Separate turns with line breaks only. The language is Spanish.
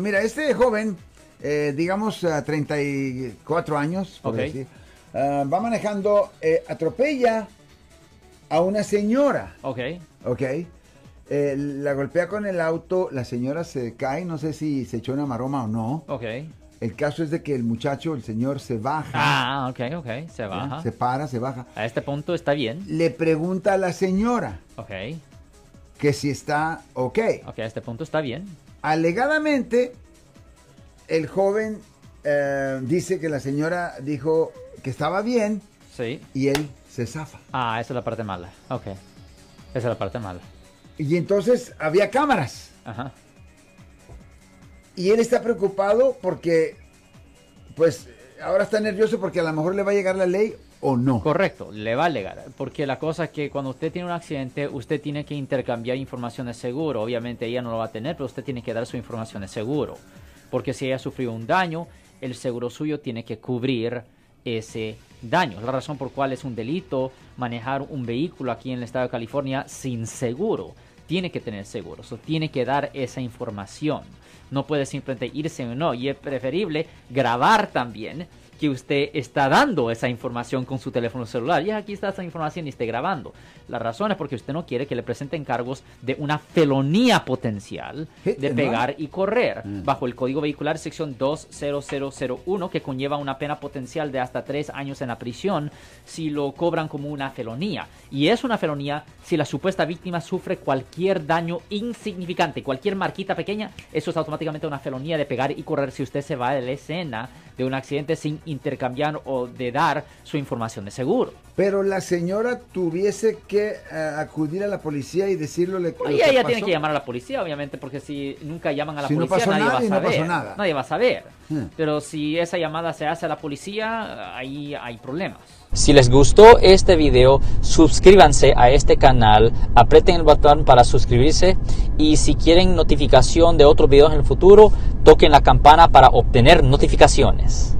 Mira, este joven, eh, digamos a 34 años, por
Ok.
decir, ah, va manejando, eh, atropella a una señora,
Ok.
¿ok? Eh, la golpea con el auto, la señora se cae, no sé si se echó una maroma o no.
Ok.
El caso es de que el muchacho, el señor, se baja.
Ah, ok, ok. Se
¿ya?
baja.
Se para, se baja.
A este punto está bien.
Le pregunta a la señora
Ok.
que si está ok.
Ok, a este punto está bien.
Alegadamente, el joven eh, dice que la señora dijo que estaba bien
Sí.
y él se zafa.
Ah, esa es la parte mala. Ok. Esa es la parte mala.
Y entonces había cámaras.
Ajá.
Y él está preocupado porque, pues, ahora está nervioso porque a lo mejor le va a llegar la ley o no.
Correcto, le va a alegar, porque la cosa es que cuando usted tiene un accidente, usted tiene que intercambiar información de seguro. Obviamente ella no lo va a tener, pero usted tiene que dar su información de seguro, porque si ella sufrió un daño, el seguro suyo tiene que cubrir ese daño. Es la razón por cual es un delito manejar un vehículo aquí en el estado de California sin seguro. Tiene que tener seguro, o sea, tiene que dar esa información. No puede simplemente irse o no, y es preferible grabar también que usted está dando esa información con su teléfono celular. Y aquí está esa información y esté grabando. La razón es porque usted no quiere que le presenten cargos de una felonía potencial
Hit
de
and
pegar y correr bajo el Código Vehicular sección 20001 que conlleva una pena potencial de hasta tres años en la prisión si lo cobran como una felonía. Y es una felonía si la supuesta víctima sufre cualquier daño insignificante, cualquier marquita pequeña, eso es automáticamente una felonía de pegar y correr si usted se va de la escena de un accidente sin intercambiar o de dar su información de seguro.
Pero la señora tuviese que eh, acudir a la policía y decirle lo
Y
que
ella
pasó.
tiene que llamar a la policía, obviamente, porque si nunca llaman a la
Si no pasó
policía, nadie
nada
va a
y no
saber.
pasó nada.
Nadie va a saber.
Hmm.
Pero si esa llamada se hace a la policía, ahí hay problemas.
Si les gustó este video, suscríbanse a este canal, aprieten el botón para suscribirse y si quieren notificación de otros videos en el futuro, toquen la campana para obtener notificaciones.